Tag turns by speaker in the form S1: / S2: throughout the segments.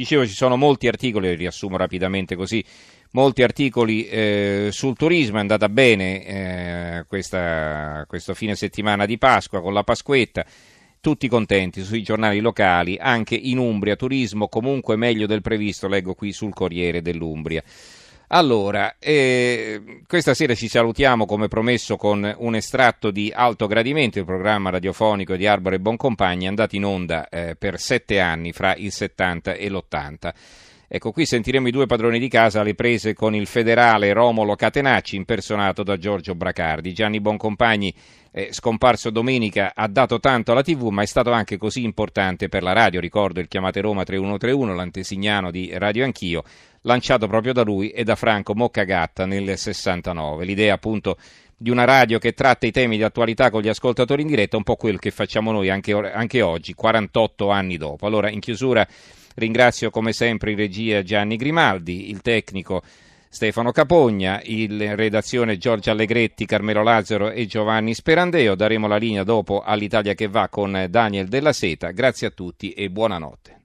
S1: dicevo ci sono molti articoli, riassumo rapidamente così, molti articoli eh, sul turismo, è andata bene eh, questa, questo fine settimana di Pasqua con la Pasquetta, tutti contenti sui giornali locali, anche in Umbria, turismo comunque meglio del previsto, leggo qui sul Corriere dell'Umbria. Allora, eh, questa sera ci salutiamo come promesso con un estratto di Alto Gradimento, il programma radiofonico di Arbore e Boncompagni, andato in onda eh, per sette anni fra il 70 e l'80. Ecco, qui sentiremo i due padroni di casa alle prese con il federale Romolo Catenacci, impersonato da Giorgio Bracardi. Gianni Boncompagni, eh, scomparso domenica, ha dato tanto alla TV, ma è stato anche così importante per la radio. Ricordo il Chiamate Roma 3131, l'antesignano di Radio Anch'io, lanciato proprio da lui e da Franco Moccagatta nel 69. L'idea appunto di una radio che tratta i temi di attualità con gli ascoltatori in diretta, un po' quello che facciamo noi anche, anche oggi, 48 anni dopo. Allora, in chiusura ringrazio come sempre in regia Gianni Grimaldi, il tecnico Stefano Capogna, in redazione Giorgio Allegretti, Carmelo Lazzaro e Giovanni Sperandeo. Daremo la linea dopo all'Italia che va con Daniel Della Seta. Grazie a tutti e buonanotte.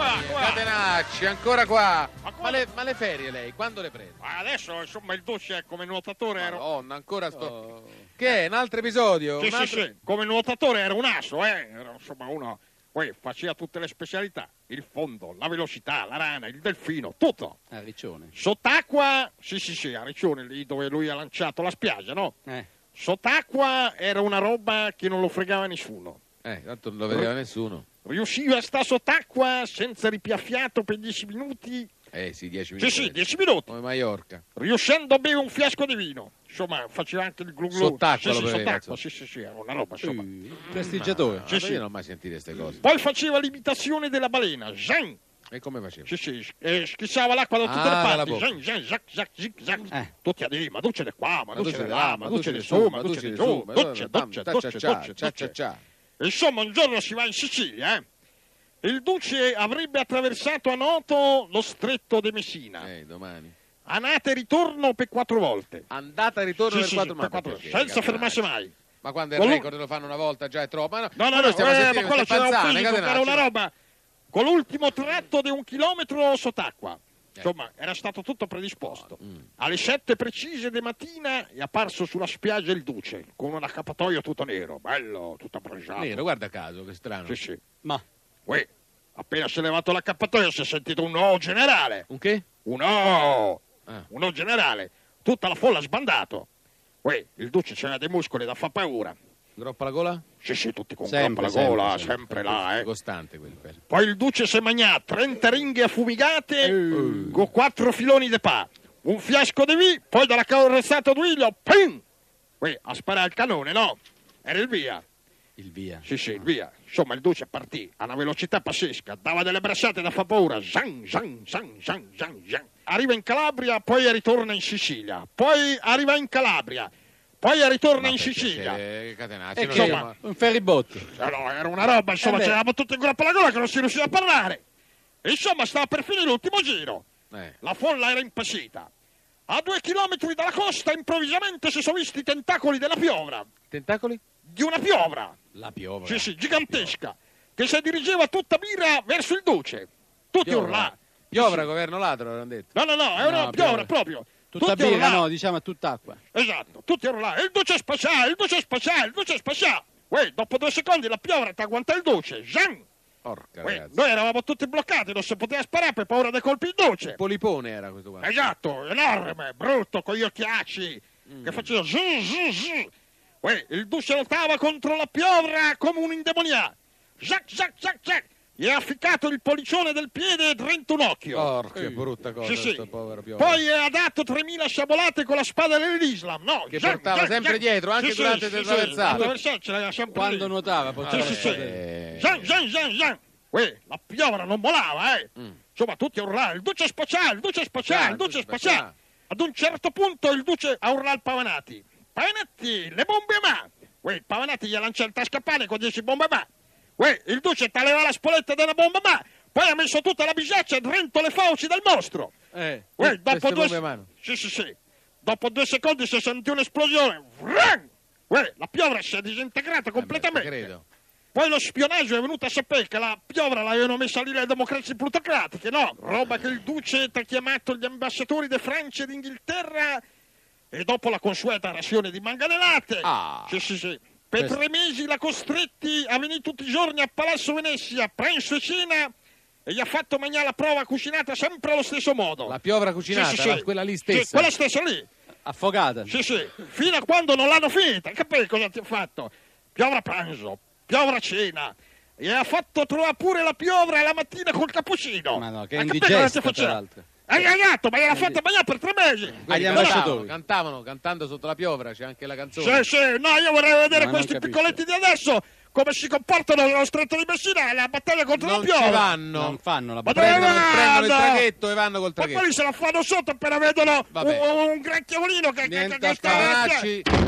S2: Eh, Catenacci, ancora qua. Ma, le, ma le ferie lei, quando le prende?
S3: Ma adesso insomma il Duce è come nuotatore era...
S2: Madonna, ancora sto... Che è? Un altro episodio?
S3: Oh. Sì,
S2: Un
S3: sì,
S2: altro-
S3: sì, come nuotatore era un asso, eh. Era insomma uno... Poi faceva tutte le specialità, il fondo, la velocità, la rana, il delfino, tutto.
S4: Ah, Riccione.
S3: Sott'acqua, sì sì sì, a Riccione, lì dove lui ha lanciato la spiaggia, no?
S4: Eh.
S3: Sott'acqua era una roba che non lo fregava nessuno.
S2: Eh, tanto non lo vedeva nessuno.
S3: Riusciva a stare sott'acqua senza ripiaffiato per 10 minuti.
S2: Eh sì, dieci
S3: Sì,
S2: minuti.
S3: sì, 10 minuti.
S2: Come Maiorca.
S3: Riuscendo a bere un fiasco di vino. Insomma, faceva anche il glu glu.
S2: Sott'acqua
S3: sì, sì,
S2: lo
S3: sott'acqua,
S2: beveva,
S3: Mm.
S2: insomma.
S3: sì, sì, sì, era una roba, insomma.
S4: Eh, Prestiggiatore.
S3: Sì,
S2: Sì,
S3: sì.
S2: Io non ho mai sentito queste cose.
S3: Poi faceva l'imitazione della balena. Zang!
S2: E come faceva?
S3: Sì, sì, eh, schizzava l'acqua da tutte
S2: Ah,
S3: le
S2: dalla
S3: parti.
S2: bocca.
S3: Zang, zang, zac, zac, zic, zac.
S4: Eh.
S3: Tutti a dire, ma duce di qua, ma duce di là, ma duce di su,
S2: sopra,
S3: ma duce di giù, duce, duce, duce, duce, duce. Insomma, un giorno si va in Sicilia, eh. Il duce avrebbe attraversato a Noto lo stretto di Messina.
S2: Eh, domani.
S3: Anate e ritorno per quattro volte.
S2: Andata e ritorno
S3: Sì,
S2: del
S3: sì, sì,
S2: 4
S3: per quattro- senza fermarsi mai.
S2: Ma quando il
S3: Colun-
S2: record lo fanno una volta già è troppo. Ma no,
S3: No, no,
S2: ma
S3: no,
S2: noi stiamo
S3: eh,
S2: sentendo
S3: ma quello
S2: queste
S3: c'era un
S2: panzane,
S3: fisico che era una
S2: Catenacci.
S3: roba con l'ultimo tratto di un chilometro sott'acqua.
S4: Eh.
S3: Insomma, era stato tutto predisposto.
S4: Ah, mm.
S3: Alle 7 precise di mattina è apparso sulla spiaggia il Duce con un accappatoio tutto nero, bello, tutto bruciato.
S2: Nero, guarda caso, che strano.
S3: Sì, sì.
S4: Ma
S3: Uè, appena si è levato l'accappatoio si è sentito un no generale.
S2: Un che?
S3: Un no!
S2: Ah.
S3: Un no generale. Tutta la folla ha sbandato. Uè, il Duce c'era dei muscoli da far paura.
S2: Groppa la gola?
S3: Sì, sì, tutti con la
S4: Sempre,
S3: gola,
S4: sempre,
S3: sempre là, eh.
S2: Costante quel per.
S3: Poi il Duce si magnà 30 ringhe affumigate con 4 filoni de pa, un fiasco di vi, poi dalla carrozzata d'Uilio, pim! Uè, a sparare al canone, no? Era il via.
S4: il via.
S3: Sì, sì, il via. Insomma, il Duce partì a una velocità pazzesca, dava delle bracciate da fa paura. Zan, zan, zan, zan, zan, zan. Arriva in Calabria, poi ritorna in Sicilia. Poi arriva in Calabria, poi ritorna in Sicilia.
S2: Eh, Catenacci,
S4: E
S2: no,
S4: che-
S2: ma-
S4: un ferribotto.
S3: Eh no, era una roba, insomma,
S4: Eh beh.
S3: c'eravamo tutti in gruppo alla gola che non si riusciva a parlare. Insomma, stava per finire l'ultimo giro.
S2: Eh.
S3: La folla era impazzita. A due chilometri dalla costa improvvisamente si sono visti i tentacoli della piovra.
S2: Tentacoli?
S3: Di una piovra,
S4: La piovra.
S3: sì sì, gigantesca, che si dirigeva tutta birra verso il duce. Tutti
S2: Piovra.
S3: urlati.
S2: Piovra, governo ladro, avevano detto.
S3: No, no, no, è una piovra
S4: No, piovra.
S3: proprio.
S4: Tutta
S3: tutti
S4: birra,
S3: urlati.
S4: no, diciamo tutt'acqua.
S3: Esatto, tutti erano là. Il duce spaccià, il duce spaccià, il duce spaccià. Uè, dopo due secondi la piovra ti agguanta il duce. Zan!
S2: Porca
S3: Uè,
S2: ragazza.
S3: noi eravamo tutti bloccati, non si poteva sparare per paura dei colpi in duce.
S2: Polipone era questo qua.
S3: Esatto, enorme, brutto, con gli occhiacci,
S2: Mm.
S3: che faceva zzz, zzz, zzz. Uè, il duce lottava contro la piovra come un indemoniato. Zac, zac, zac, zac. Gli ha afficcato il pollicione del piede dentro un occhio.
S2: Porca che brutta cosa,
S3: Sì, sì.
S2: questo povero piovra.
S3: Poi ha dato 3.000 sciabolate con la spada dell'Islam, no?
S2: Che
S3: Zac,
S2: portava
S3: zac,
S2: sempre
S3: zac.
S2: dietro, anche durante le traversate.
S3: le traversate ce l'aveva sempre
S4: Quando
S3: lì.
S4: nuotava, portava
S3: Sì, sì, sì.
S2: Eh.
S3: Zan, zan, zan, zan. Uè, la piovra non molava, eh. Insomma, tutti a urlare, il duce spaccià, il duce spaccià,
S2: Mm. Ah,
S3: il
S2: il
S3: duce
S2: duce
S3: spaccià.
S2: spaccià.
S3: Ad un certo punto il duce a urlare al Pavanati. Pavanati, le bombe a mano. Uè, il Pavanati gli lancia il tascapane con 10 bombe a mano. Uè, il duce taleva la spoletta della bomba a mano. Poi ha messo tutta la bisaccia dentro le fauci del mostro.
S2: Eh,
S3: Uè,
S2: queste
S3: dopo due...
S2: bombe a mano.
S3: Sì, sì, sì. Dopo due secondi si sentì un'esplosione. Vran! Uè, la piovra si è disintegrata
S2: Eh, beh,
S3: completamente.
S2: Credo.
S3: Poi lo spionaggio è venuto a sapere che la piovra l'avevano messa lì le democrazie plutocratiche, no? Roba che il duce ha chiamato gli ambasciatori di Francia e d'Inghilterra e dopo la consueta razione di manganellate.
S4: Ah.
S3: Sì, sì, sì. Per
S4: Questo-
S3: tre mesi la costretti a venire tutti i giorni a Palazzo Venezia, pranzo e cena e gli ha fatto mangiare la prova cucinata sempre allo stesso modo.
S4: La piovra cucinata,
S3: Sì, sì,
S4: la-
S3: sì.
S4: quella lì
S3: Sì,
S4: stessa,
S3: quella stessa lì.
S4: affogata.
S3: Sì, sì, fino a quando non l'hanno finita. Capire cosa ti ho fatto? Piovra pranzo, piovra cena. E ha fatto trovare pure la piovra la mattina col cappuccino.
S4: Ma no, che
S3: Ma capire
S4: indigesta,
S3: cosa ti
S4: tra
S3: faceva?
S4: l'altro.
S3: Hai cagato, ma gliel'ha fatta bagnare per tre mesi.
S4: Agli
S3: No,
S4: ambasciatori.
S2: Cantavano, cantando sotto la piovra, c'è anche la canzone.
S3: Sì, sì, no, io vorrei vedere
S4: Ma non
S3: questi
S4: capisco.
S3: piccoletti di adesso come si comportano nello stretto di Messina alla battaglia contro
S2: Non
S3: la
S2: ci
S3: piovra.
S2: vanno.
S4: Non fanno la
S3: Ma
S4: battaglia.
S3: dove
S2: Prendono, prendono il
S3: vanno?
S2: traghetto e vanno col
S3: Ma
S2: traghetto.
S3: quelli se la fanno sotto appena vedono un,
S2: Vabbè.
S3: un, un granchiolino che, che, che,
S2: Niente
S3: che sta...
S2: affaracci.